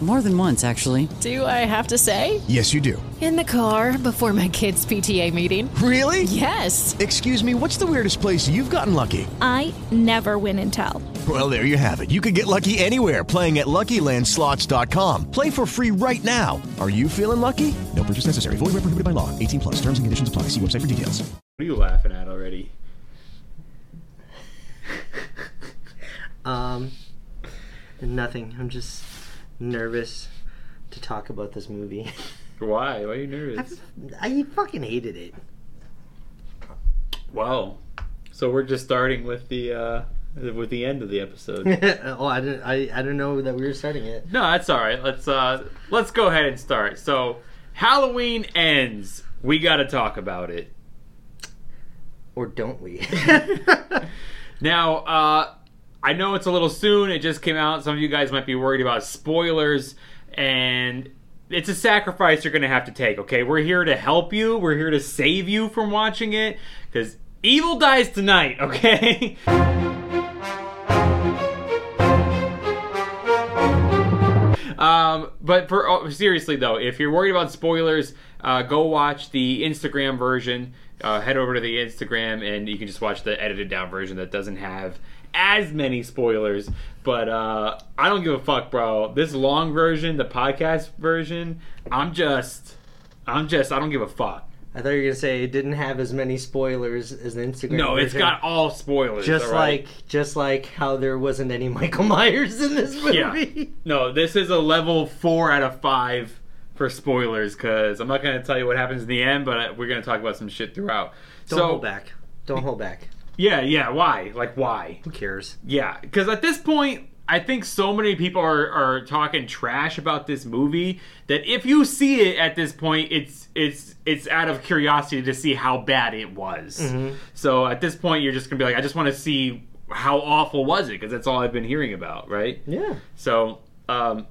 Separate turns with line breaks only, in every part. More than once, actually.
Do I have to say?
Yes, you do.
In the car before my kids' PTA meeting.
Really?
Yes.
Excuse me, what's the weirdest place you've gotten lucky?
I never win and tell.
Well, there you have it. You can get lucky anywhere playing at LuckyLandSlots.com. Play for free right now. Are you feeling lucky? No purchase necessary. Void where prohibited by law. 18 plus. Terms and conditions apply. See website for details.
What are you laughing at already?
Um, nothing. I'm just nervous to talk about this movie.
Why? Why are you nervous?
I fucking hated it.
Wow. So we're just starting with the uh, with the end of the episode.
oh, I didn't. I, I didn't know that we were starting it.
No, that's all right. Let's uh, let's go ahead and start. So Halloween ends. We got to talk about it.
Or don't we?
Now, uh, I know it's a little soon. It just came out. Some of you guys might be worried about spoilers, and it's a sacrifice you're going to have to take, okay? We're here to help you, we're here to save you from watching it, because evil dies tonight, okay? Um, but for oh, seriously though, if you're worried about spoilers, uh, go watch the Instagram version. Uh, head over to the Instagram, and you can just watch the edited down version that doesn't have as many spoilers. But uh, I don't give a fuck, bro. This long version, the podcast version, I'm just, I'm just, I don't give a fuck.
I thought you were gonna say it didn't have as many spoilers as the Instagram.
No, it's
version.
got all spoilers.
just
all right?
like just like how there wasn't any Michael Myers in this
Yeah.
movie.
No, this is a level four out of five for spoilers because I'm not going to tell you what happens in the end, but I- we're going to talk about some shit throughout.
Don't
so,
hold back. Don't hold back.
Yeah, yeah. Why? Like, why?
Who cares?
Yeah, because at this point, I think so many people are, are talking trash about this movie that if you see it at this point, it's it's it's out of curiosity to see how bad it was.
Mm-hmm.
So at this point, you're just gonna be like, I just want to see how awful was it because that's all I've been hearing about, right?
Yeah.
So, um,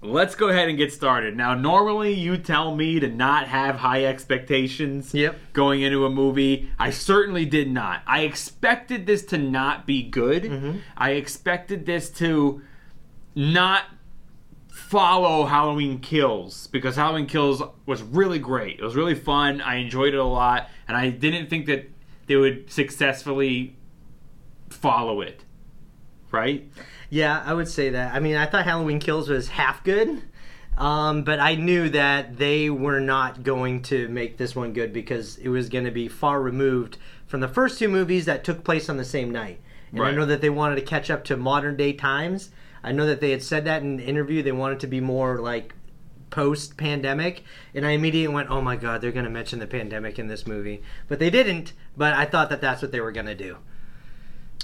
let's go ahead and get started. Now, normally you tell me to not have high expectations
Yep.
going into a movie. I certainly did not. I expected this to not be good. I expected this to not follow Halloween Kills because Halloween Kills was really great. It was really fun. I enjoyed it a lot, and I didn't think that they would successfully follow it. Right?
Yeah, I would say that. I mean, I thought Halloween Kills was half good, um, but I knew that they were not going to make this one good because it was going to be far removed from the first two movies that took place on the same night. And I
Right.
know that they wanted to catch up to modern day times. I know that they had said that in an interview. They wanted to be more like post pandemic and i immediately went oh my god they're going to mention the pandemic in this movie but they didn't but i thought that that's what they were going to do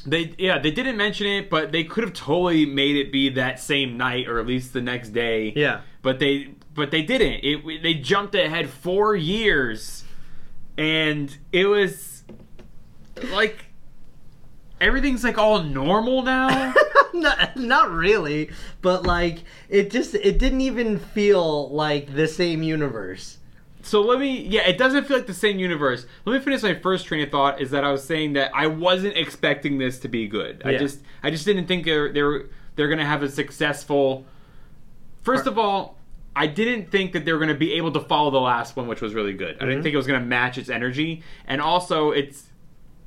They yeah, they didn't mention it, but they could have totally made it be that same night or at least the next day.
Yeah.
But they but they didn't. It they jumped ahead 4 years and it was like everything's like all normal now.
not, not really but like it just it didn't even feel like the same universe
so let me yeah, it doesn't feel like the same universe. Let me finish my first train of thought is that I was saying that I wasn't expecting this to be good. I
Yeah.
just I just didn't think they're they're they're going to have a successful First of all, I didn't think that they were going to be able to follow the last one, which was really good. I didn't think it was going to match its energy, and also it's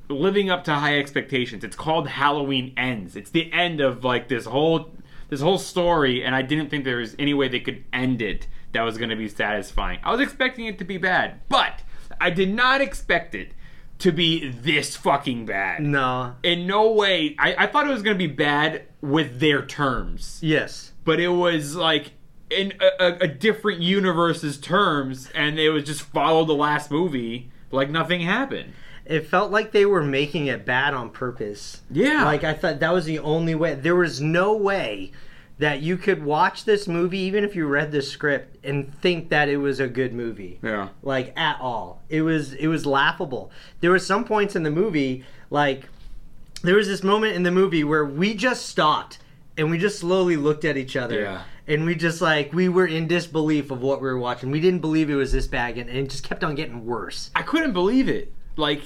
living up to high expectations. It's called Halloween Ends. It's the end of like this whole this whole story, and I didn't think there was any way they could end it that was going to be satisfying. I was expecting it to be bad, but I did not expect it to be this fucking bad.
no
In no way. I, I thought it was going to be bad with their terms
yes
but it was like in a, a, a different universe's terms, and it was just follow the last movie like nothing happened.
It felt like they were making it bad on purpose.
Yeah.
Like I thought that was the only way. There was no way that you could watch this movie, even if you read the script, and think that it was a good movie.
Yeah.
Like at all. It was it was laughable. There were some points in the movie, like there was this moment in the movie where we just stopped and we just slowly looked at each other.
Yeah.
And we just like we were in disbelief of what we were watching. We didn't believe it was this bad, and, and it just kept on getting worse.
I couldn't believe it. Like,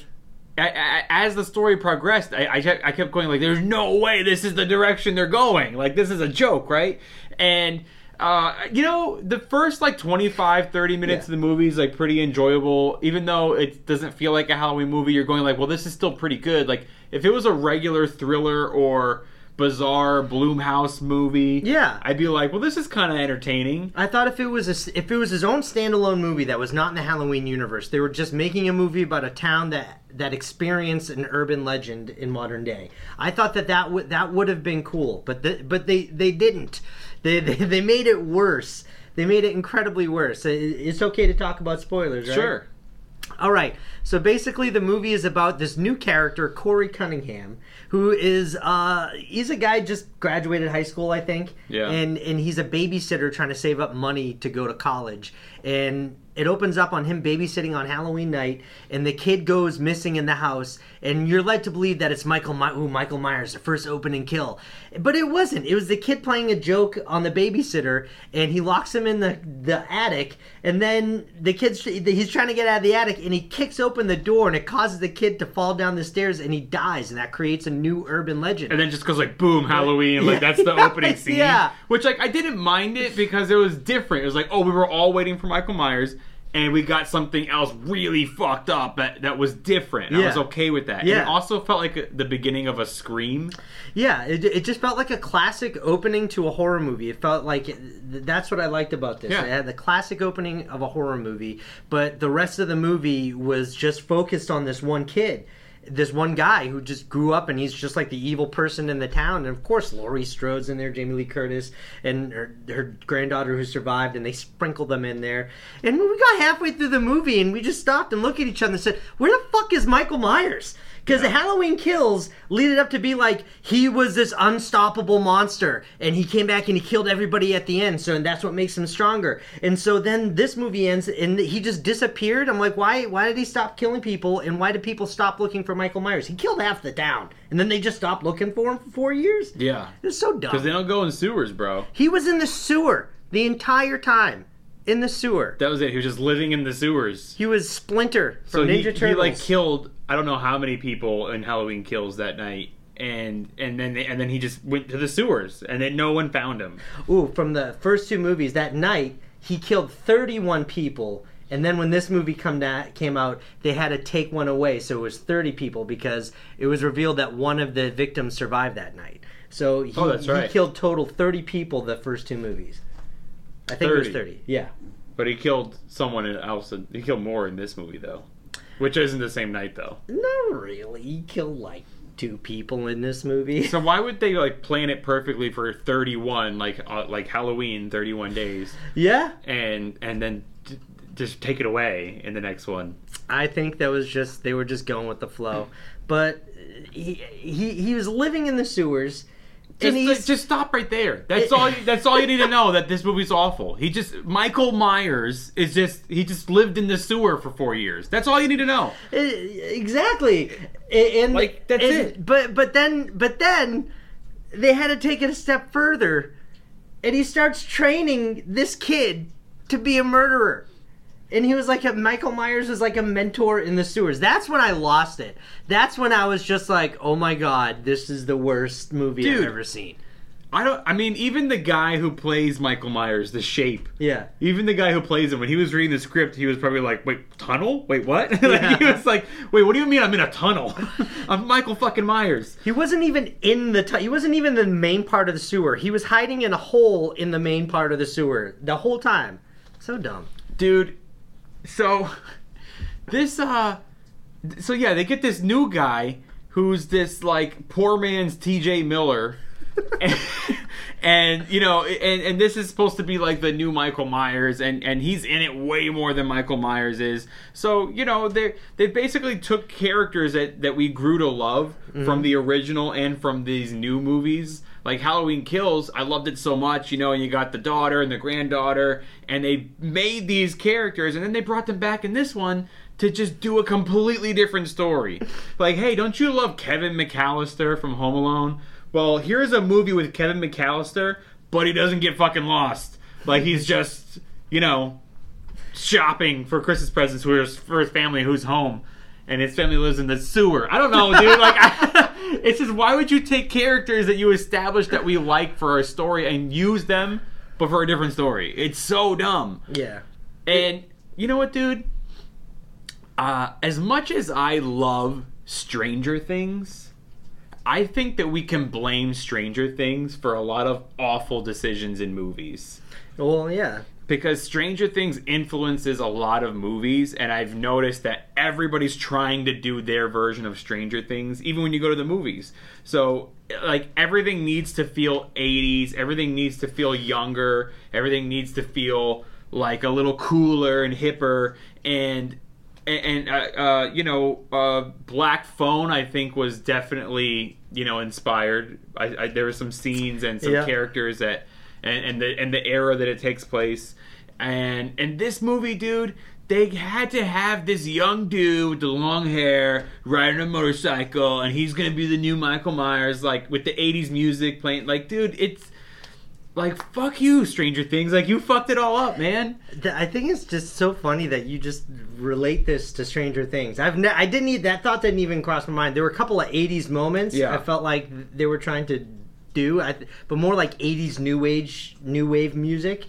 I, I, as the story progressed, I, I, kept, I kept going like, "There's no way this is the direction they're going. Like, this is a joke, right?" And uh, you know, the first like 25, 30 minutes of the movie is like pretty enjoyable, even though it doesn't feel like a Halloween movie. You're going like, "Well, this is still pretty good." Like, if it was a regular thriller or bizarre Bloomhouse movie,
Yeah.
I'd be like, "Well, this is kind of entertaining."
I thought if it was a, if it was his own standalone movie that was not in the Halloween universe, they were just making a movie about a town that that experienced an urban legend in modern day. I thought that that would that would have been cool, but the, but they they didn't. They, they they made it worse. They made it incredibly worse. It- It's okay to talk about spoilers, right?
Sure.
All right. So basically, the movie is about this new character, Corey Cunningham, who is uh, he's a guy just graduated high school, I think.
Yeah.
And and he's a babysitter trying to save up money to go to college. And it opens up on him babysitting on Halloween night, and the kid goes missing in the house. And you're led to believe that it's Michael My- ooh, Michael Myers, the first opening kill, but it wasn't. It was the kid playing a joke on the babysitter, and he locks him in the the attic. And then the kid's he's trying to get out of the attic, and he kicks open the door, and it causes the kid to fall down the stairs, and he dies, and that creates a new urban legend.
and then just goes like boom Halloween like that's the opening scene
Yeah.
which like I didn't mind it because it was different it was like oh we were all waiting for Michael Myers and we got something else really fucked up that, that was different I was
Yeah.
okay with that and
Yeah.
it also felt like a- the beginning of a scream
Yeah, it, it just felt like a classic opening to a horror movie. It felt like th- that's what I liked about this.
Yeah.
It had the classic opening of a horror movie, but the rest of the movie was just focused on this one kid, this one guy who just grew up and he's just like the evil person in the town. And of course, Laurie Strode's in there, Jamie Lee Curtis, and her, her granddaughter who survived, and they sprinkle them in there. And we got halfway through the movie and we just stopped and looked at each other and said, "Where the fuck is Michael Myers?" Because the Halloween Kills lead it up to be like he was this unstoppable monster, and he came back and he killed everybody at the end. So and that's what makes him stronger. And so then this movie ends, and he just disappeared. I'm like, why? Why did he stop killing people? And why did people stop looking for Michael Myers? He killed half the town, and then they just stopped looking for him for four years.
Yeah.
it's so
because
dumb.
they don't go in sewers bro
he was in the sewer the entire time, in the sewer.
that was it he was just living in the sewers
he was Splinter from
so
Ninja
he,
Turtles.
he like killed I don't know how many people in Halloween kills that night and and then they, and then he just went to the sewers and then no one found him
Ooh, from the first two movies, that night he killed 31 people, and then when this movie come da- came out, they had to take one away, so it was 30 people because it was revealed that one of the victims survived that night. So he,
Oh, that's right.
he killed total 30 people the first two movies. I think it was
30.
30. Yeah.
But he killed someone else. He killed more in this movie, though, which isn't the same night, though.
Not really. He killed like two people in this movie.
So why would they like plan it perfectly for thirty-one, like uh, like Halloween, thirty-one days,
yeah.
and and then j- just take it away in the next one?
I think that was just they were just going with the flow. But uh, he he, he was living in the sewers. and
Just,
he's,
just stop right there. That's all. You, that's all you need to know. That this movie's awful. He just Michael Myers is just he just lived in the sewer for four years. That's all you need to know.
exactly A- and
Like, that's
and-
it.
but but then but then they had to take it a step further and he starts training this kid to be a murderer and he was like a michael myers was like a mentor in the sewers that's when i lost it that's when i was just like oh my god this is the worst movie
Dude.
i've ever seen
I don't. I mean, even the guy who plays Michael Myers, the shape.
Yeah.
Even the guy who plays him, when he was reading the script, he was probably like, "Wait, tunnel? Wait, what?" like, he was like, "Wait, what do you mean I'm in a tunnel? I'm Michael fucking Myers."
He wasn't even in the tu- he wasn't even in the main part of the sewer. He was hiding in a hole in the main part of the sewer the whole time. So dumb.
dude so this uh so yeah they get this new guy who's this like poor man's tj miller and you know and and this is supposed to be like the new michael myers and and he's in it way more than michael myers is so you know they they basically took characters that that we grew to love from the original and from these new movies like halloween kills i loved it so much you know and you got the daughter and the granddaughter and they made these characters and then they brought them back in this one to just do a completely different story. Like, hey, don't you love Kevin McAllister from Home Alone? Well, here's a movie with Kevin McAllister, but he doesn't get fucking lost. Like, he's just, you know, shopping for Christmas presents for his, for his family who's home. And his family lives in the sewer. I don't know, dude. Like, I, it's just why would you take characters that you established that we like for our story and use them, but for a different story? It's so dumb.
Yeah.
And you know what, dude? Uh, as much as I love Stranger Things, I think that we can blame Stranger Things for a lot of awful decisions in movies.
Well, yeah.
Because Stranger Things influences a lot of movies, and I've noticed that everybody's trying to do their version of Stranger Things, even when you go to the movies. So, like, everything needs to feel 80s, everything needs to feel younger, everything needs to feel like a little cooler and hipper, and and, and uh, uh, you know, uh, Black Phone, I think, was definitely you know inspired. I, I, there were some scenes and some
Yeah.
characters that, and, and the and the era that it takes place, and and this movie, dude. They had to have this young dude with the long hair riding a motorcycle, and he's gonna be the new Michael Myers, like with the '80s music playing. Like, dude, it's like fuck you, Stranger Things. Like, you fucked it all up, man.
Th- I think it's just so funny that you just relate this to Stranger Things. I've ne- I didn't e- that thought didn't even cross my mind. There were a couple of '80s moments.
Yeah.
I felt like they were trying to do, I th- but more like '80s new age new wave music.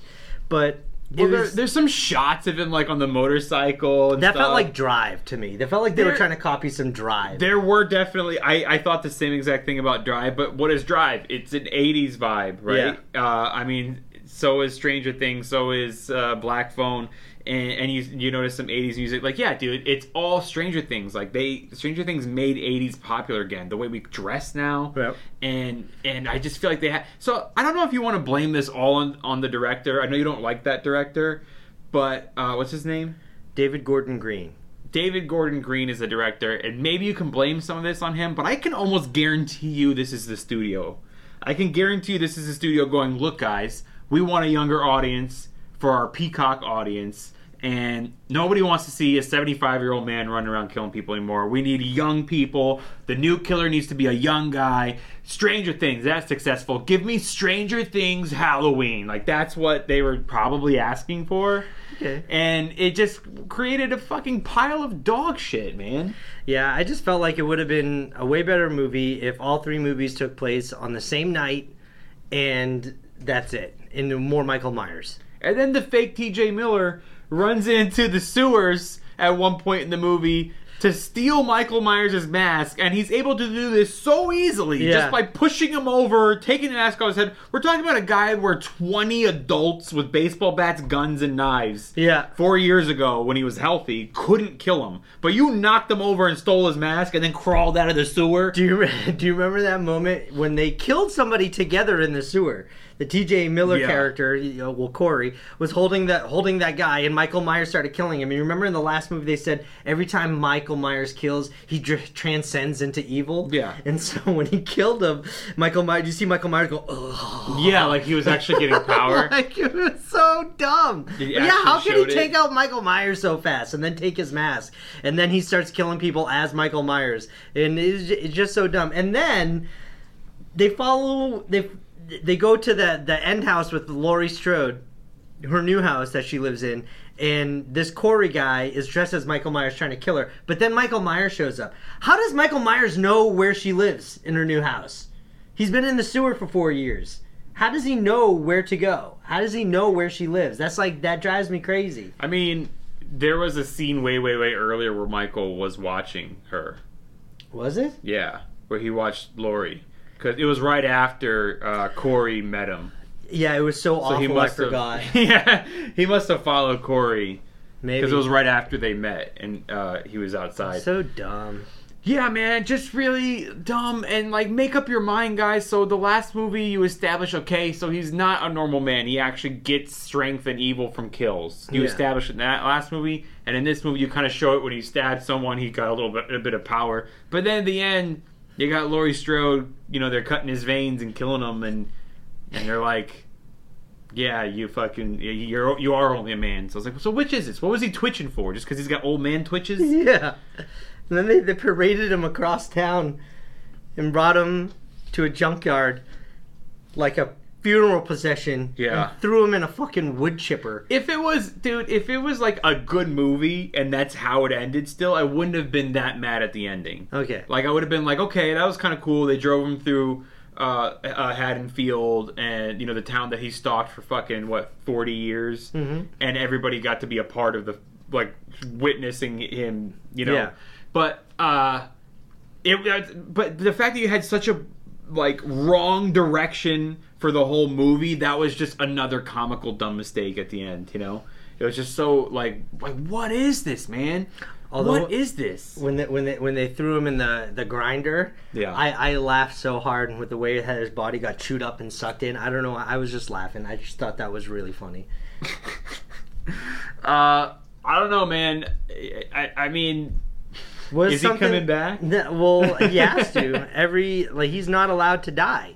But it
Well, there,
was-
there's some shots of him like on the motorcycle. And
that
stuff.
felt like Drive to me. That felt like they were
There-
trying to copy some Drive.
there were definitely. I, I thought the same exact thing about Drive, but what is Drive? It's an '80s vibe, right? Uh, I mean, so is Stranger Things, so is uh, Black Phone, and, and you you notice some '80s music. Like, yeah, dude, it's all Stranger Things. Like they Stranger Things made '80s popular again. The way we dress now,
Yep.
and and I just feel like they had. So I don't know if you want to blame this all on on the director. I know you don't like that director, but uh, what's his name?
David Gordon Green.
David Gordon Green is the director, and maybe you can blame some of this on him, but I can almost guarantee you this is the studio. I can guarantee you this is the studio going, look, guys, we want a younger audience for our Peacock audience, and nobody wants to see a 75 year old man running around killing people anymore. We need young people. The new killer needs to be a young guy. Stranger Things, that's successful. Give me Stranger Things Halloween. Like, that's what they were probably asking for.
Okay.
And it just created a fucking pile of dog shit, man.
Yeah, I just felt like it would have been a way better movie if all three movies took place on the same night, and that's it. And more Michael Myers.
And then the fake TJ Miller runs into the sewers at one point in the movie to steal Michael Myers' mask, and he's able to do this so easily
Yeah.
just by pushing him over, taking the mask off his head. We're talking about a guy where 20 adults with baseball bats, guns, and knives
Yeah.
four years ago when he was healthy couldn't kill him. But you knocked him over and stole his mask and then crawled out of the sewer.
Do you re- do you remember that moment when they killed somebody together in the sewer? The T.J. Miller
Yeah.
character, you know, well Corey, was holding that holding that guy, and Michael Myers started killing him. And you remember in the last movie they said every time Michael Myers kills, he dr- transcends into evil.
Yeah.
And so when he killed him, Michael Myers, you see Michael Myers go, oh.
yeah, like he was actually getting power.
Like it was so dumb. But
he
Yeah, how
actually
can he
showed it?
take out Michael Myers so fast and then take his mask and then he starts killing people as Michael Myers and it's, ju- it's just so dumb. And then they follow they they go to the the end house with Laurie Strode, her new house that she lives in. And this Corey guy is dressed as Michael Myers trying to kill her, but then Michael Myers shows up. How does Michael Myers know where she lives in her new house? He's been in the sewer for four years. How does he know where to go? How does he know where she lives? That's like that drives me crazy.
I mean, there was a scene way, way, way earlier where Michael was watching her.
Was it?
Yeah, where he watched Lori. Because it was right after uh, Corey met him.
Yeah, it was so,
So
awful.
he must
I
have,
forgot.
yeah, he must have followed Corey
Maybe
because it was right after they met, and uh, he was outside.
so dumb.
yeah, man, just really dumb and like make up your mind, guys. So the last movie you establish, okay, so he's not a normal man. He actually gets strength and evil from kills. You
Yeah.
establish it in that last movie, and in this movie you kind of show it when he stabbed someone, he got a little bit a bit of power. But then at the end, you got Laurie Strode. You know they're cutting his veins and killing him, and and they're like. Yeah, you fucking you're you are only a man. So I was like, so which is this? What was he twitching for? Just because he's got old man twitches?
Yeah. And then they, they paraded him across town and brought him to a junkyard like a funeral procession.
Yeah.
And threw him in a fucking wood chipper.
if it was dude if it was like a good movie and that's how it ended still i wouldn't have been that mad at the ending
Okay.
like i would have been like okay that was kind of cool they drove him through uh, uh haddonfield and you know the town that he stalked for fucking what 40 years mm-hmm. and everybody got to be a part of the like witnessing him you know
Yeah.
but uh it that's- but the fact that you had such a like wrong direction for the whole movie that was just another comical dumb mistake at the end you know it was just so like like what is this man
Although-
what is this
When they, when they when they threw him in the, the grinder,
Yeah.
I, I laughed so hard and with the way that his body got chewed up and sucked in. I don't know. I was just laughing. I just thought that was really funny.
uh i don't know man i i, I mean
Was
Is he
something-
coming back?
No, well, he has to. Every like he's not allowed to die.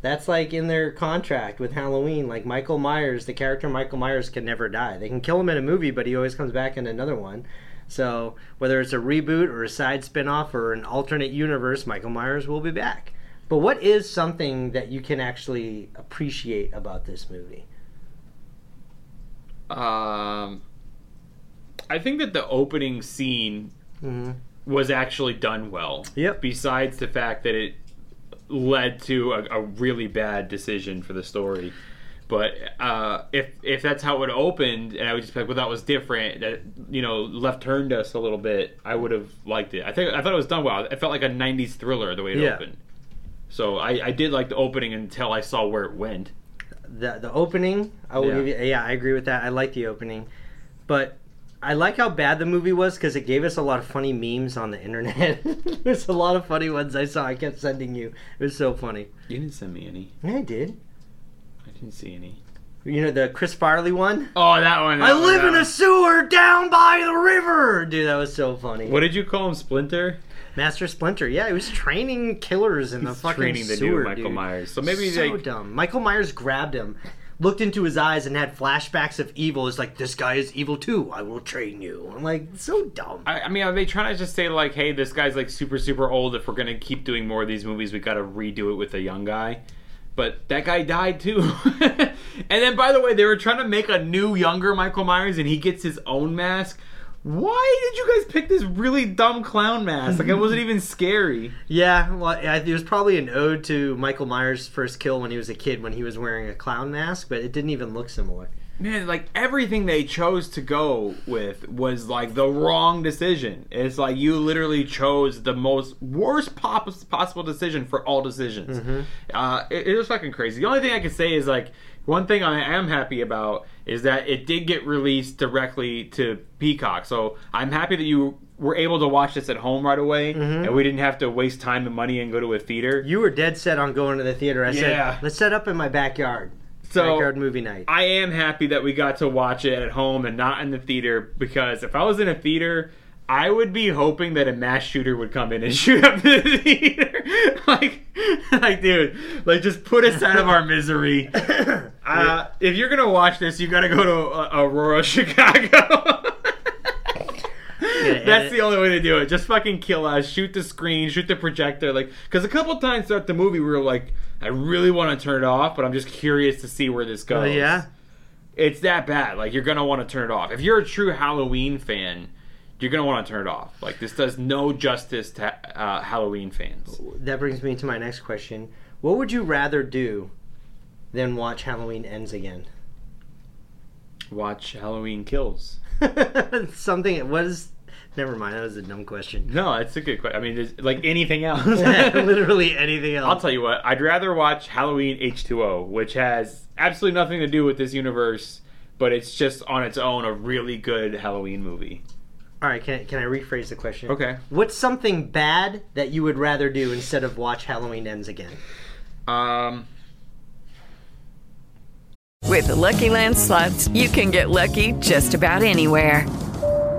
That's like in their contract with Halloween. Like Michael Myers, the character Michael Myers can never die. They can kill him in a movie, but he always comes back in another one. So whether it's a reboot or a side spin-off or an alternate universe, Michael Myers will be back. But what is something that you can actually appreciate about this movie?
um i think that the opening scene was actually done well
Mm-hmm. Yep.
besides the fact that it led to a, a really bad decision for the story. But uh, if if that's how it opened, and I would just be like, well, that was different. That you know, left turned us a little bit. I would have liked it. I think I thought it was done well. It felt like a '90s thriller the way it
Yeah.
opened. So I, I did like the opening until I saw where it went.
the the opening. I will
Yeah.
give you. Yeah, I agree with that. I like the opening, but I like how bad the movie was because it gave us a lot of funny memes on the internet. There's a lot of funny ones I saw. I kept sending you. It was so funny.
You didn't send me any.
Yeah, I did.
I didn't see any.
You know the Chris Farley one.
Oh, that one.
I live in a sewer down by the river, dude. That was so funny.
What did you call him, Splinter?
Master Splinter? Yeah, he was training killers in the fucking
training the new
sewer,
Michael
dude.
Myers. So maybe,
so
like-
dumb. Michael Myers grabbed him, looked into his eyes, and had flashbacks of evil. Is like this guy is evil too. I will train you. I'm like so dumb.
I, I mean, are they trying to just say like, hey, this guy's like super, super old. If we're gonna keep doing more of these movies, we gotta redo it with a young guy. But that guy died too. and then, by the way, they were trying to make a new, younger Michael Myers, and he gets his own mask. Why did you guys pick this really dumb clown mask? Like, it wasn't even scary.
yeah, well, I, it was probably an ode to Michael Myers' first kill when he was a kid when he was wearing a clown mask, but it didn't even look similar.
Man, like everything they chose to go with was like the wrong decision. It's like you literally chose the most worst pop- possible decision for all decisions.
Mm-hmm.
Uh, it, it was fucking crazy. The only thing I can say is like one thing I am happy about is that it did get released directly to Peacock. So I'm happy that you were able to watch this at home right away, and we didn't have to waste time and money and go to a theater.
Mm-hmm. You were dead set on going to the theater. I
Yeah.
said, let's set up in my backyard.
So-
backyard movie night.
I am happy that we got to watch it at home and not in the theater because if I was in a theater, I would be hoping that a mass shooter would come in and shoot up the theater. like, like, dude, like, just put us out of our misery. Uh, if you're gonna watch this, you gotta go to uh, Aurora, Chicago. That's the only way to do it. Just fucking kill us. Shoot the screen. Shoot the projector. Like, because a couple times throughout the movie, we were like, I really want to turn it off, but I'm just curious to see where this goes.
Oh, yeah.
It's that bad. Like, you're gonna want to turn it off. If you're a true Halloween fan, you're gonna want to turn it off. Like, this does no justice to uh, Halloween fans.
That brings me to my next question. What would you rather do than watch Halloween Ends again?
Watch Halloween Kills.
Something what is never mind, that was a dumb question.
No, that's a good question. I mean, there's, like anything else.
Literally anything else.
I'll tell you what, I'd rather watch Halloween H2O, which has absolutely nothing to do with this universe, but it's just on its own a really good Halloween movie.
All right, can, can I rephrase the question?
Okay.
What's something bad that you would rather do instead of watch Halloween Ends again?
Um,
With the Lucky Land slots, you can get lucky just about anywhere.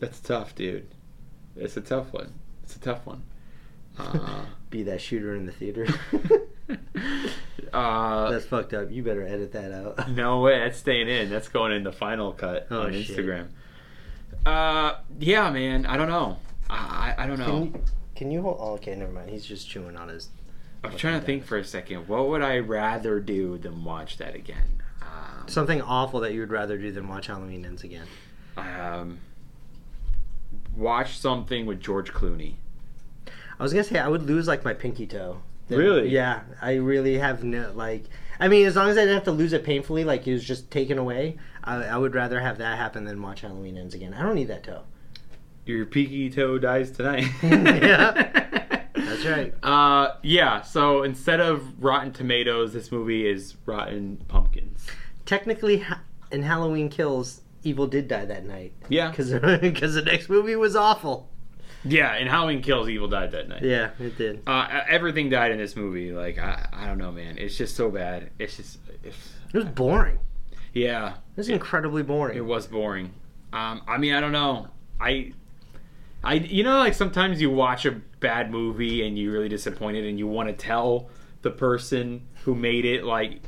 that's tough, dude. It's a tough one. It's a tough one. Uh,
Be that shooter in the theater.
uh,
That's fucked up. You better edit that out.
no way. That's staying in. That's going in the final cut
Oh,
on
shit.
Instagram. Uh, yeah, man. I don't know. I, I I don't know.
Can you, can you hold? Oh, okay, never mind. He's just chewing on his.
I'm trying to think for a second. What would I rather do than watch that again? Um,
Something awful that you would rather do than watch Halloween Ends again.
um, watch something with George Clooney.
I was gonna say I would lose like my pinky toe. Then-
Really?
Yeah, I really have no like. I mean, as long as I didn't have to lose it painfully, like it was just taken away, I, I would rather have that happen than watch Halloween Ends again. I don't need that toe.
Your peaky toe dies tonight.
Yeah. That's right.
Uh, yeah. So instead of Rotten Tomatoes, this movie is Rotten Pumpkins.
Technically, ha- in Halloween Kills, Evil did die that night
Yeah.
because the next movie was awful.
Yeah. And Halloween Kills, Evil died that night.
Yeah, it did.
Uh, everything died in this movie. Like I, I don't know, man. It's just so bad. It's just, it's,
It was boring.
yeah.
It was incredibly boring.
It was boring. Um, I mean, I don't know. I, I, you know, like sometimes you watch a bad movie and you're really disappointed, and you want to tell the person who made it, like,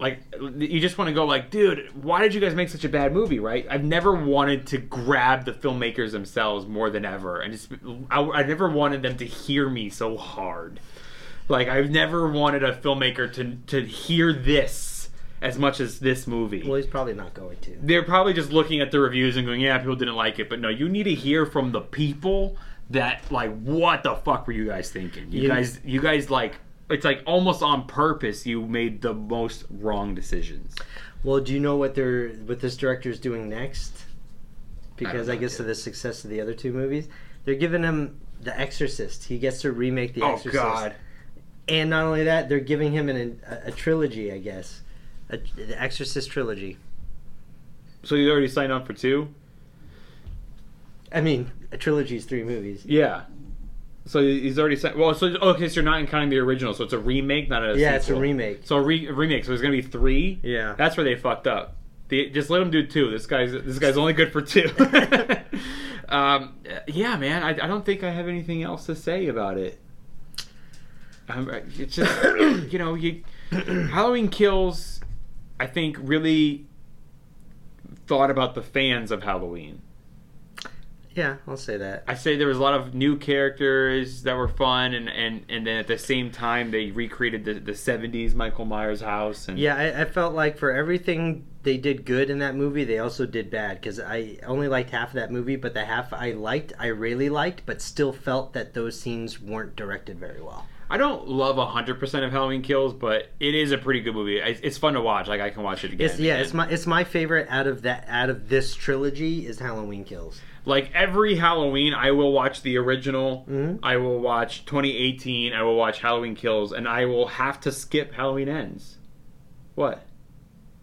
like you just want to go, like, dude, why did you guys make such a bad movie? Right? I've never wanted to grab the filmmakers themselves more than ever, and just I, I never wanted them to hear me so hard. Like I've never wanted a filmmaker to to hear this as much as this movie
Well, he's probably not going to.
they're probably just looking at the reviews and going, "Yeah, people didn't like it." But no, you need to hear from the people that like, what the fuck were you guys thinking? You
You-
guys, you guys like, it's like almost on purpose. You made the most wrong decisions.
Well, do you know what they're what this director is doing next? Because I,
know,
guess
dude.
of the success of the other two movies, they're giving him The Exorcist. He gets to remake The
Oh
Exorcist.
God,
And not only that, they're giving him an, a, a trilogy, I guess, a, the Exorcist trilogy.
so you already signed up for two?
I mean, a trilogy is three movies.
Yeah. So he's already signed. Well, so okay, so you're not counting the original. So it's a remake, not a
Yeah, it's a
sequel.
remake.
So a, re- a remake. So there's gonna be three.
Yeah.
that's where they fucked up. They, just let him do two. This guy's this guy's only good for two. um, yeah, man. I, I don't think I have anything else to say about it. Um, it's just you know you Halloween Kills. I think really thought about the fans of Halloween.
Yeah, I'll say that.
I say there was a lot of new characters that were fun, and, and, and then at the same time they recreated the, the '70s Michael Myers house. And
Yeah, I, I felt like for everything they did good in that movie, they also did bad because I only liked half of that movie, but the half I liked, I really liked, but still felt that those scenes weren't directed very well.
I don't love 100% of Halloween Kills, but it is a pretty good movie. It's, it's fun to watch. Like I can watch it again.
It's, yeah, it's
And,
my it's my favorite out of that out of this trilogy is Halloween Kills.
like every Halloween, I will watch the original.
Mm-hmm.
I will watch 2018. I will watch Halloween Kills, and I will have to skip Halloween Ends. What?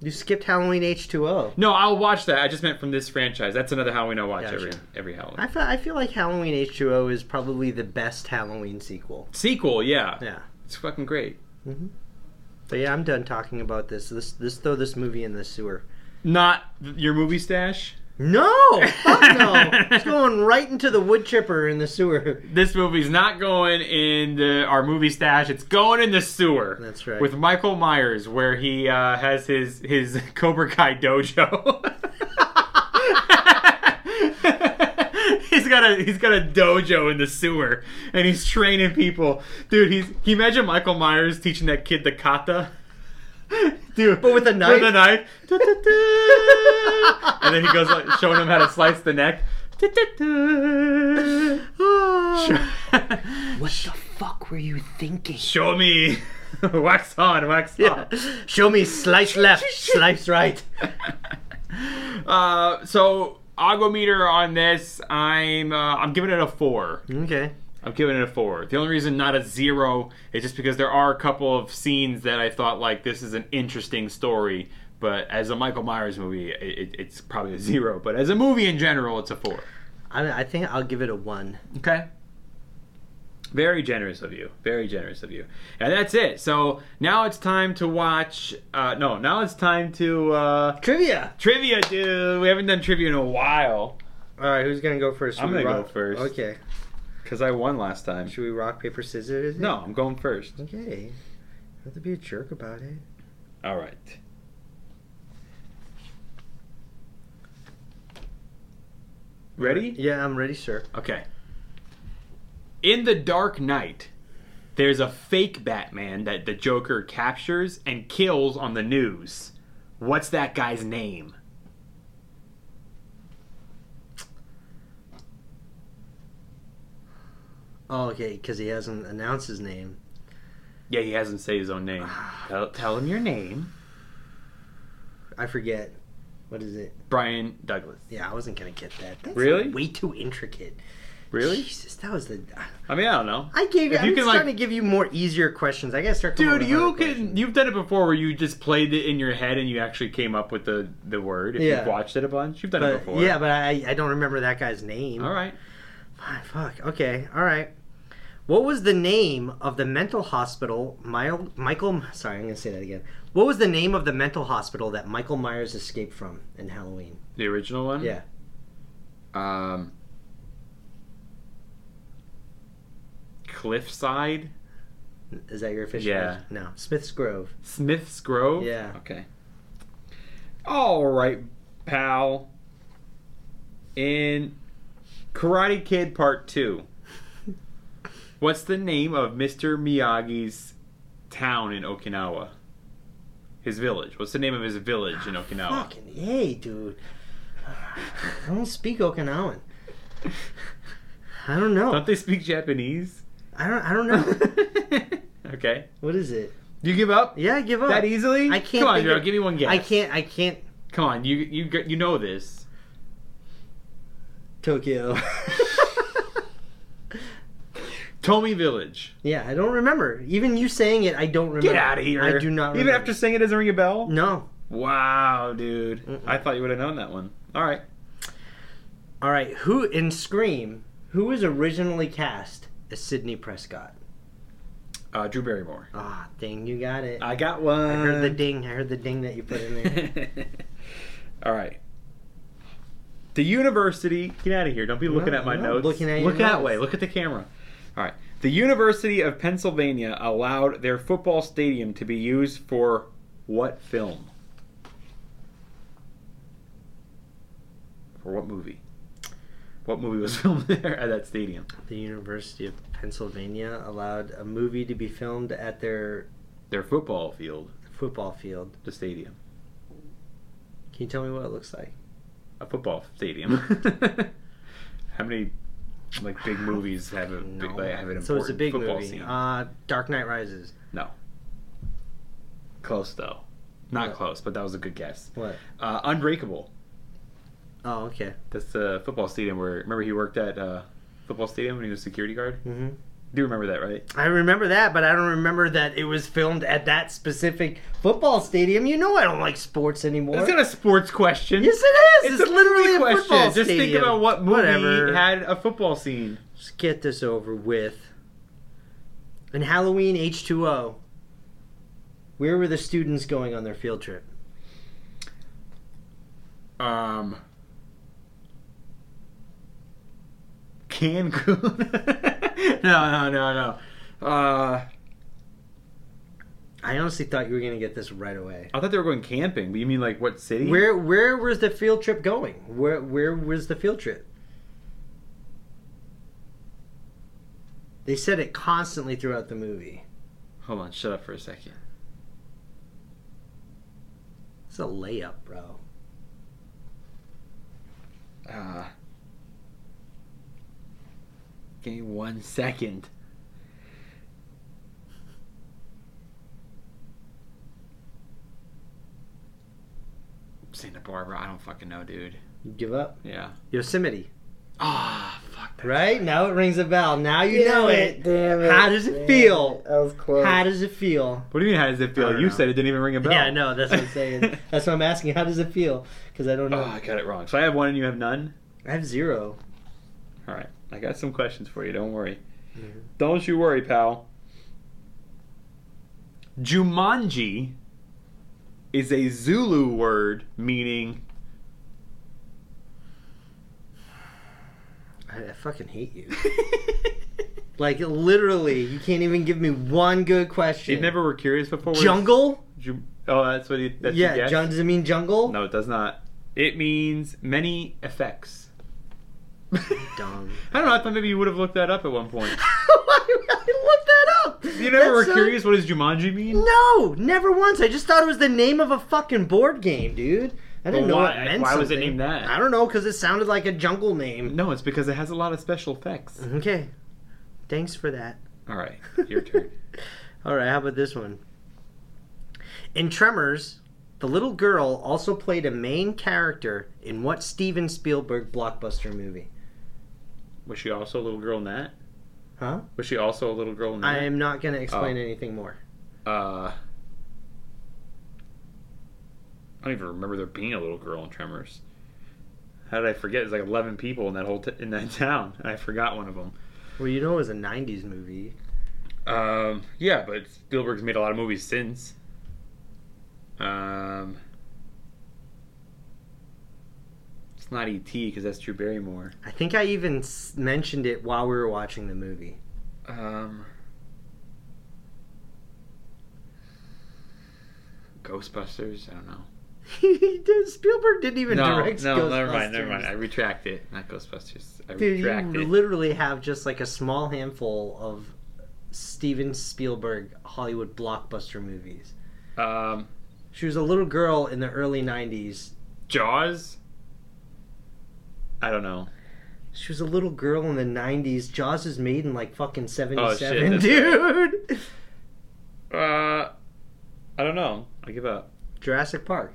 You skipped Halloween H two O.
No, I'll watch that. I just meant from this franchise. That's another Halloween I watch
Gotcha.
every every Halloween.
I feel I feel like Halloween H two O is probably the best Halloween sequel.
Sequel, yeah.
Yeah.
It's fucking great.
But yeah, I'm done talking about this. This this throw this movie in the sewer.
Not your movie stash.
No, fuck no. It's going right into the wood chipper in the sewer.
This movie's not going in the, our movie stash. It's going in the sewer.
That's right.
With Michael Myers, where he uh, has his his Cobra Kai dojo. he's got a he's got a dojo in the sewer, and he's training people. Dude, he's can you imagine Michael Myers teaching that kid the kata? Dude,
But with a knife?
With a knife. Du-du-du. and then he goes like showing him how to slice the neck.
Ah. what the fuck were you thinking?
Show me. wax on, wax
off. Show me slice left, slice right.
Uh, so Agometer on this, I'm uh, I'm giving it a four.
Okay.
I'm giving it a four. The only reason not a zero is just because there are a couple of scenes that I thought like this is an interesting story, but as a Michael Myers movie, it, it- it's probably a zero. But as a movie in general, it's a four.
I, I think I'll give it a one.
Okay. Very generous of you. Very generous of you. And that's it. So now it's time to watch. Uh, no, now it's time to uh,
trivia.
Trivia, dude. We haven't done trivia in a while.
All right, who's gonna go first?
I'm
We
gonna
rock-
go first.
Okay.
Because I won last time.
Should we rock paper scissors? it?
No, I'm going first.
Okay. Not to be a jerk about it.
All right. Ready?
Yeah, I'm ready, sir.
Okay. In the Dark Knight, there's a fake Batman that the Joker captures and kills on the news. What's that guy's name?
Oh, okay, because he hasn't announced his name.
Yeah, he hasn't said his own name. tell, tell him your name.
I forget. What is it?
Brian Douglas.
Yeah, I wasn't gonna get that. That's
Really?
Way too intricate.
Really?
Jesus, that was the.
I mean, I don't know.
I gave.
If
I'm
you can,
trying
like-
to give you more easier questions. I gotta start. coming up
Dude,
with
you
harder questions.
can you've done it before where you just played it in your head and you actually came up with the the word. If
Yeah.
you've watched it a bunch, you've done it
But,
before.
yeah, but I, I don't remember that guy's name.
All right.
Fine, Ah, fuck. Okay. All right. What was the name of the mental hospital Michael? Michael sorry, I'm gonna say that again. What was the name of the mental hospital that Michael Myers escaped from in Halloween?
The original one?
Yeah.
Um Cliffside?
Is that your official?
Yeah.
No. Smith's Grove.
Smith's Grove?
Yeah.
Okay. All right, pal. In Karate Kid Part 2, what's the name of Mr. Miyagi's town in Okinawa? His village. What's the name of his village in
Ah,
Okinawa?
Fucking yay, dude. I don't speak Okinawan. I don't know.
Don't they speak Japanese?
I don't. I don't know.
Okay.
what is it?
You give up?
Yeah, I give up.
That easily?
I can't.
Come on,
think
Gerald,
of-
give me one guess.
I can't. I can't.
Come on, you you you know this.
Tokyo.
Tomy Village.
yeah, I don't remember. Even you saying it, I don't remember.
Get out of here.
I do not. Remember.
Even after saying it doesn't ring a bell?
No.
Wow, dude. I thought you would have known that one. All right.
All right. Who in Scream? Who was originally cast as Sidney Prescott?
Uh, Drew Barrymore.
Ah, ding, you got it. I,
I got one.
heard the ding. I heard the ding that you put in there.
All right. The university. Get out of here. Don't be looking
No,
at my
I'm not
notes.
looking at your
Look that
notes.
way. Look at the camera. All right. The University of Pennsylvania allowed their football stadium to be used for what film? For what movie? What movie was filmed there at that stadium?
the University of Pennsylvania allowed a movie to be filmed at their
Their football field,
football field.
the stadium.
Can you tell me what it looks like?
a football stadium. How many like big movies have a big, like, have an important
so it's a big
football
movie.
scene?
Uh, Dark Knight Rises.
no. Close though, not close, but that was a good guess.
What?
Uh, Unbreakable.
Oh, okay.
That's the football stadium where remember he worked at uh, football stadium when he was security guard.
hmm
Do you remember that, right?
I remember that, but I don't remember that it was filmed at that specific football stadium. You know I don't like sports anymore.
It's not a sports question.
yes, it is. It's,
a
literally
movie
a
question.
football
Just
stadium.
think about what movie
Whatever.
had a football scene.
Let's get this over with. In Halloween H2O, where were the students going on their field trip?
Um, Cancun. no, no, no, no. Uh,
I honestly thought you were going to get this right away.
I thought they were going camping. But you mean like what city?
Where where was the field trip going? Where where was the field trip? They said it constantly throughout the movie.
Hold on, shut up for a second.
It's a layup, bro.
Uh, Give me one second. Santa Barbara, I don't fucking know, dude.
You give up?
Yeah.
Yosemite.
Ah, fuck.
Right? Now it rings a bell. Now you
Damn
know
it,
it.
damn it,
How does it
damn
feel?
it. That was close.
How does it feel?
What do you mean? How does it feel? You said it didn't even ring a bell.
Yeah, I know. That's what I'm saying. that's what I'm asking. How does it feel? Because I don't know.
Oh, I got it wrong. So I have one and you have none.
I have zero.
All right, I got some questions for you. Don't worry. Don't you worry, pal. Jumanji is a Zulu word meaning
I, I fucking hate you. like literally, you can't even give me one good question.
You never were curious before. was-
jungle?
Ju- oh, that's what he. That's
yeah,
Your guess?
jun- does it mean jungle?
No, it does not. It means many effects.
Dumb.
I don't know. I thought maybe you would have looked that up at one point.
I looked that up.
You never
That's
were
so-
curious. What does Jumanji mean?
No, never once. I just thought it was the name of a fucking board game, dude. I didn't
Well,
know
why-
it meant.
why was it
something.
named that?
I don't know because it sounded like a jungle name.
No, it's because it has a lot of special effects.
Okay, thanks for that.
All right, your turn.
All right, how about this one? In Tremors, the little girl also played a main character in what Steven Spielberg blockbuster movie?
Was she also a little girl in that?
Huh?
Was she also a little girl in that?
I am not going to explain
Oh.
anything more.
Uh, I don't even remember there being a little girl in Tremors. How did I forget? There's like 11 people in that whole t- in that town, and I forgot one of them.
Well, you know it was a '90s movie.
Um, yeah, but Spielberg's made a lot of movies since. Um, it's not ET because that's Drew Barrymore.
I think I even s- mentioned it while we were watching the movie.
Um, Ghostbusters. I don't know.
Dude, Spielberg didn't even
no,
direct
no, never mind, never
Ghostbusters.
mind. I retract it. Not Ghostbusters. I
Dude,
retract
you
it.
literally have just like a small handful of Steven Spielberg Hollywood blockbuster movies.
um,
She was a little girl in the early '90s.
Jaws. I don't know.
She was a little girl in the '90s. Jaws was made in like fucking '77,
Oh, that's
dude.
Uh, I don't know. I give up.
Jurassic Park.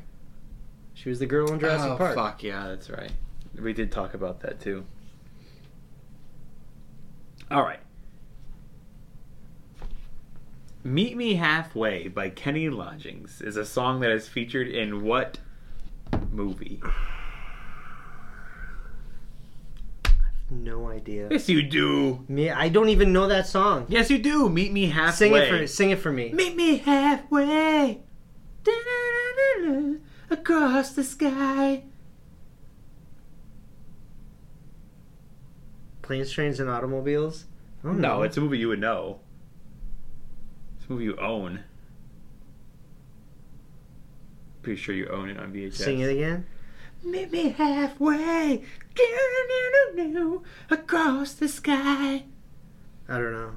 She was the girl in Jurassic
oh,
Park.
fuck yeah, that's right. We did talk about that too. All right. Meet Me Halfway by Kenny Lodgings is a song that is featured in what movie?
No idea.
Yes, you do.
Me, I don't even know that song.
Yes, you do. Meet Me Halfway.
Sing it for me. Sing it for me.
Meet me halfway. Da-da-da-da-da, Across the sky.
Planes, trains, and automobiles. I don't
No,
know.
it's a movie you would know. It's a movie you own. Pretty sure you own it on VHS.
Sing it again.
Meet me halfway. Do-do-do-do, Across the sky.
I don't know.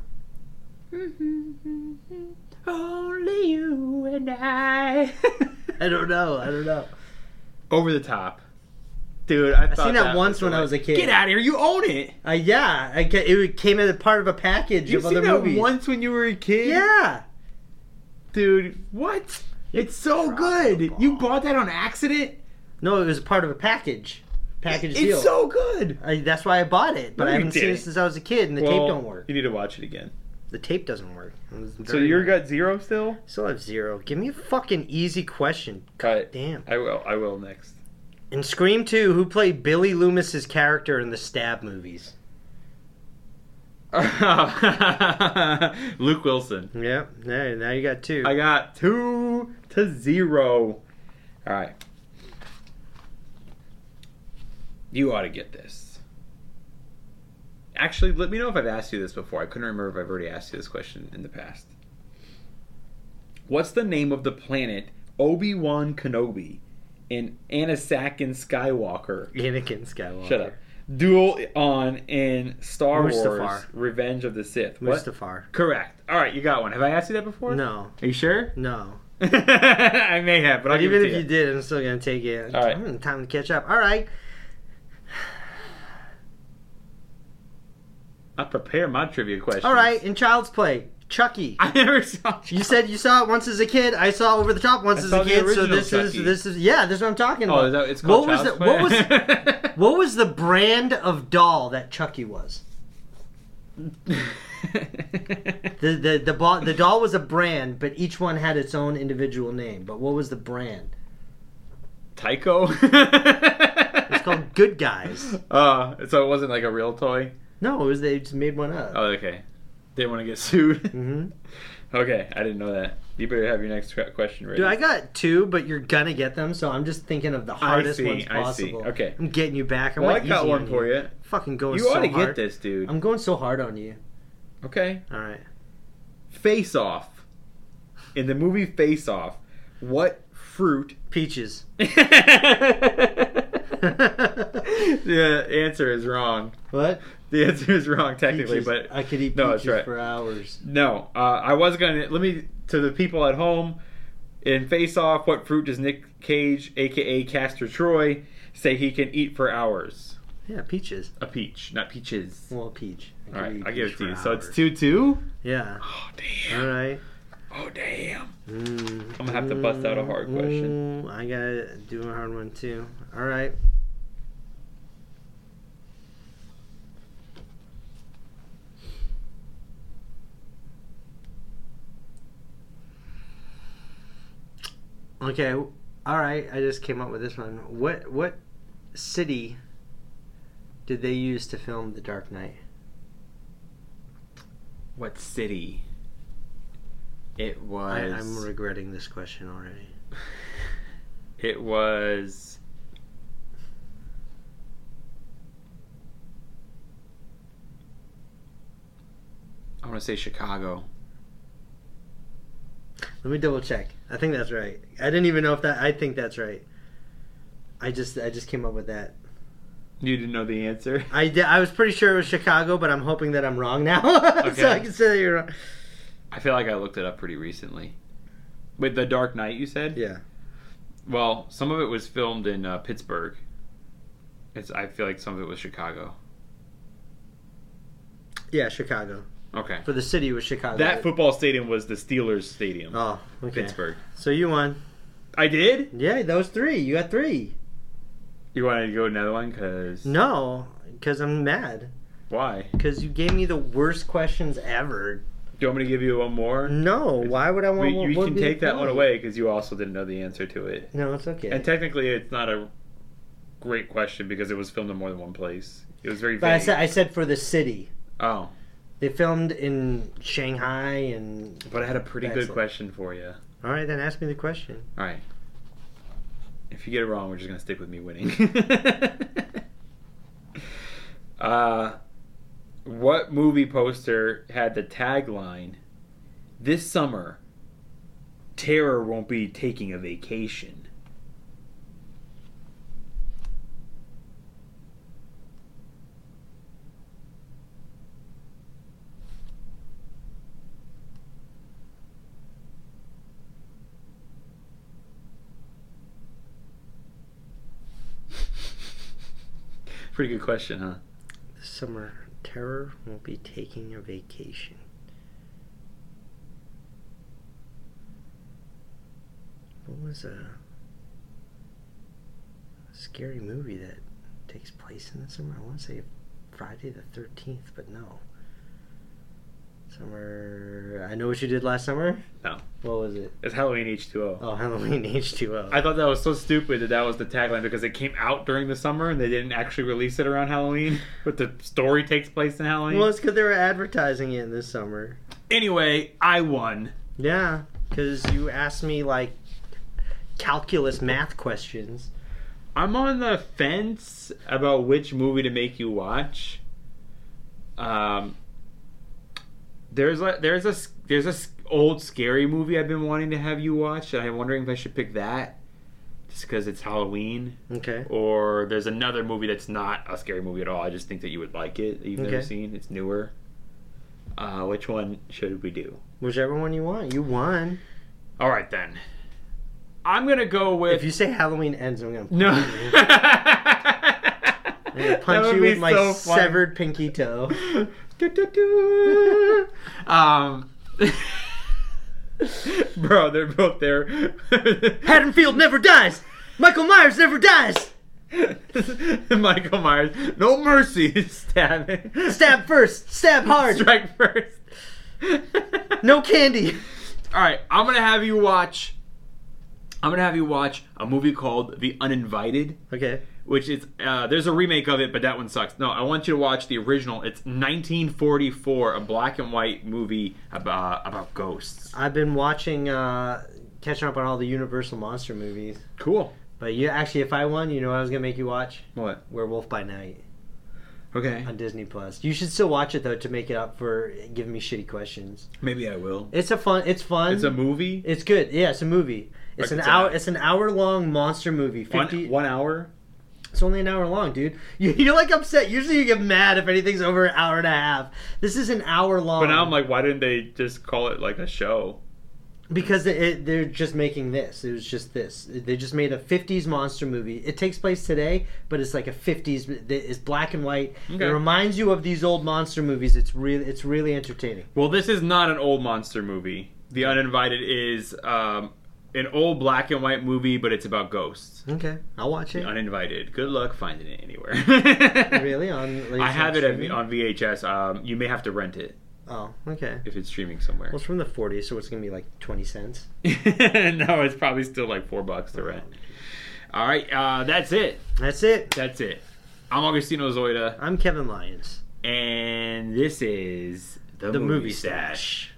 Mm-hmm. Only you and I.
I don't know. I don't know.
Over the top. Dude, I
I
thought
seen that,
that
once
the
when I
one.
was a kid.
Get out of here. You own it.
Uh, yeah, I ca it came as a part of a package
You
of
seen
other
that
movies.
once when you were a kid?
Yeah,
dude. What? It's so good. You bought that on accident.
no, it was part of a package, package
It's
deal.
so good.
I, that's why I bought it, but
No,
I
you
haven't seen it
didn't.
since I was a kid, and the tape don't work.
You need to watch it again.
The tape doesn't work. It was
So
very-
you're got zero still.
still have zero. Give me a fucking easy question.
Cut.
Damn.
I will. I will next.
In Scream 2, who played Billy Loomis's character in the Stab movies?
Luke Wilson.
Yep. Now, now you got two.
I got two to zero. All right. You ought to get this. Actually, let me know if I've asked you this before. I couldn't remember if I've already asked you this question in the past. What's the name of the planet Obi Wan Kenobi in Anasakin Skywalker?
Anakin Skywalker.
Shut up. Duel on in Star Wars
Mustafar.
Revenge of the Sith. What?
Mustafar.
Correct. All right, you got one. Have I asked you that before?
No.
Are you sure?
No.
I may have, but, I'll
But
give
even
it
if
to
you
you.
did, I'm still gonna take it.
All right.
Hmm, time to catch up. All right.
I prepare my trivia question.
All right, in Child's Play, Chucky. I
never saw. Chucky.
You said you saw it once as a kid. I saw Over the Top once
I
as
saw
a
the
kid. So
original
this
Chucky.
is this is yeah, this is what I'm talking
Oh,
about.
is that- it's called
what was
Child's
the, What was what was the brand of doll that Chucky was? the the the, bo- the doll was a brand, but each one had its own individual name. But what was the brand?
Tycho.
It's called Good Guys.
Uh, so it wasn't like a real toy.
No, it was they just made one up.
Oh, okay. Didn't want to get sued.
Mm-hmm.
Okay, I didn't know that. You better have your next tra- question ready.
Dude, I got two, but you're gonna get them. So I'm just thinking of the hardest
see,
ones
I see.
possible.
Okay.
I'm getting you back. I'm
Well, I
like
got
easy
one
on
for you.
Fucking going.
You
so
ought to get
hard.
this, dude.
I'm going so hard on you.
Okay.
All right.
Face Off. In the movie Face Off, what fruit?
Peaches.
The answer is wrong.
What?
The answer is wrong technically,
Peaches.
but
I could eat
no,
peaches
it's right.
for hours.
No, uh, I was gonna let me to the people at home in Face Off. What fruit does Nick Cage, aka Castor Troy, say he can eat for hours?
Yeah, peaches.
A peach, not peaches.
Well, peach.
All right,
eat
I give
peach
it to
for
you. So it's
hours.
two two.
Yeah.
Oh damn!
All right.
Oh damn!
Mm,
I'm gonna have to bust out a hard question.
mm, I gotta do a hard one too. All right. Okay. All right. I just came up with this one. What what city did they use to film The Dark Knight?
What city? It
I,
was.
I'm regretting this question already.
It was. I want to say Chicago.
Let me double check. I think that's right. I didn't even know if that. I think that's right. I just I just came up with that.
You didn't know the answer.
I di- I was pretty sure it was Chicago, but I'm hoping that I'm wrong now. so I
Okay.
can say that you're wrong.
I feel like I looked it up pretty recently. With the Dark Knight, you said.
Yeah.
Well, some of it was filmed in uh, Pittsburgh. It's. I feel like some of it was Chicago.
Yeah, Chicago.
Okay.
For the city was Chicago.
That football stadium was the Steelers stadium.
Oh, okay.
Pittsburgh.
So you won.
I did.
Yeah, those three. You got three.
You wanted to go another one because
No, because I'm mad.
why?
Because you gave me the worst questions ever.
Do you want me to give you one more?
No, why would I want?
We,
what
you
would
can
be the
take that one
point?
away because you also didn't know the answer to it.
No, it's okay.
And technically, it's not a great question because it was filmed in more than one place. It was very vague.
but I said I said for the city.
oh,
They filmed in Shanghai and.
but I had a pretty
That's
good
it.
question for you.
All right, then ask me the question.
All right. If you get it wrong, we're just gonna stick with me winning. uh, what movie poster had the tagline "This summer, terror won't be taking a vacation"? Pretty good question, huh?
This summer, terror won't be taking a vacation. What was a scary movie that takes place in the summer? I want to say Friday the 13th, but no. Summer. I know what you did last summer.
No,
What was it?
it's Halloween H two O.
Oh, Halloween H2O.
I thought that was so stupid that that was the tagline because it came out during the summer and they didn't actually release it around Halloween, but the story takes place in Halloween.
Well, it's because they were advertising it this summer.
anyway, I won.
Yeah, because you asked me like calculus math questions.
I'm on the fence about which movie to make you watch. Um, there's a there's a s- there's a s- old scary movie I've been wanting to have you watch, and I'm wondering if I should pick that just because it's Halloween.
Okay.
Or there's another movie that's not a scary movie at all. I just think that you would like it. That you've never
Okay.
seen. It's newer. Uh, which one should we do?
Whichever one you want, you won.
All right then. I'm gonna go with
If you say Halloween ends, I'm gonna
no.
I'm gonna
That
punch
would
you
be
with my
so fun.
severed pinky toe.
Um, bro, they're both there.
Haddonfield never dies. Michael Myers never dies.
Michael Myers, no mercy, stabbing.
Stab first. Stab hard.
Strike first.
no candy.
All right, I'm gonna have you watch. I'm gonna have you watch a movie called The Uninvited.
Okay.
Which is uh, there's a remake of it, but that one sucks. No, I want you to watch the original. It's 1944, a black and white movie about about ghosts.
I've been watching, uh, catching up on all the Universal monster movies.
Cool.
But you actually, if I won, you know what I was gonna make you watch?
What?
Werewolf by Night.
Okay.
On Disney Plus. You should still watch it though to make it up for giving me shitty questions.
Maybe I will.
It's a fun. It's fun.
It's a movie.
It's good. Yeah, it's a movie. It's
Like,
an
it's
hour.
a-
It's an hour long monster movie.
One-
50,
one hour.
It's only an hour long, dude. You, you're like upset. Usually you get mad if anything's over an hour and a half. This is an hour long.
But now I'm like, why didn't they just call it like a show?
because it, it, they're just making this. It was just this. They just made a '50s monster movie. It takes place today, but it's like a '50s. It's black and white.
Okay.
It reminds you of these old monster movies. It's really, it's really entertaining.
Well, this is not an old monster movie. The Uninvited is um, an old black and white movie, but it's about ghosts.
Okay, I'll watch
The
it.
Uninvited. Good luck finding it anywhere.
really? On like,
I have it
streaming?
at, on VHS. Um, you may have to rent it
Oh, okay.
if it's streaming somewhere.
Well, it's from the '40s, so it's gonna be like 20 cents.
no, it's probably still like four bucks to rent. All right, uh, that's it.
That's it.
That's it. I'm Augustino Zoida,
I'm Kevin Lyons.
and this is the,
The
movie,
Movie
stash.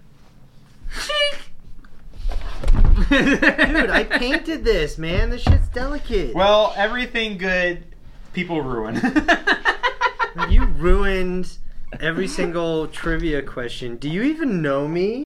Dude, I painted this, man. This shit's delicate.
Well, everything good, people ruin.
you ruined every single trivia question. Do you even know me?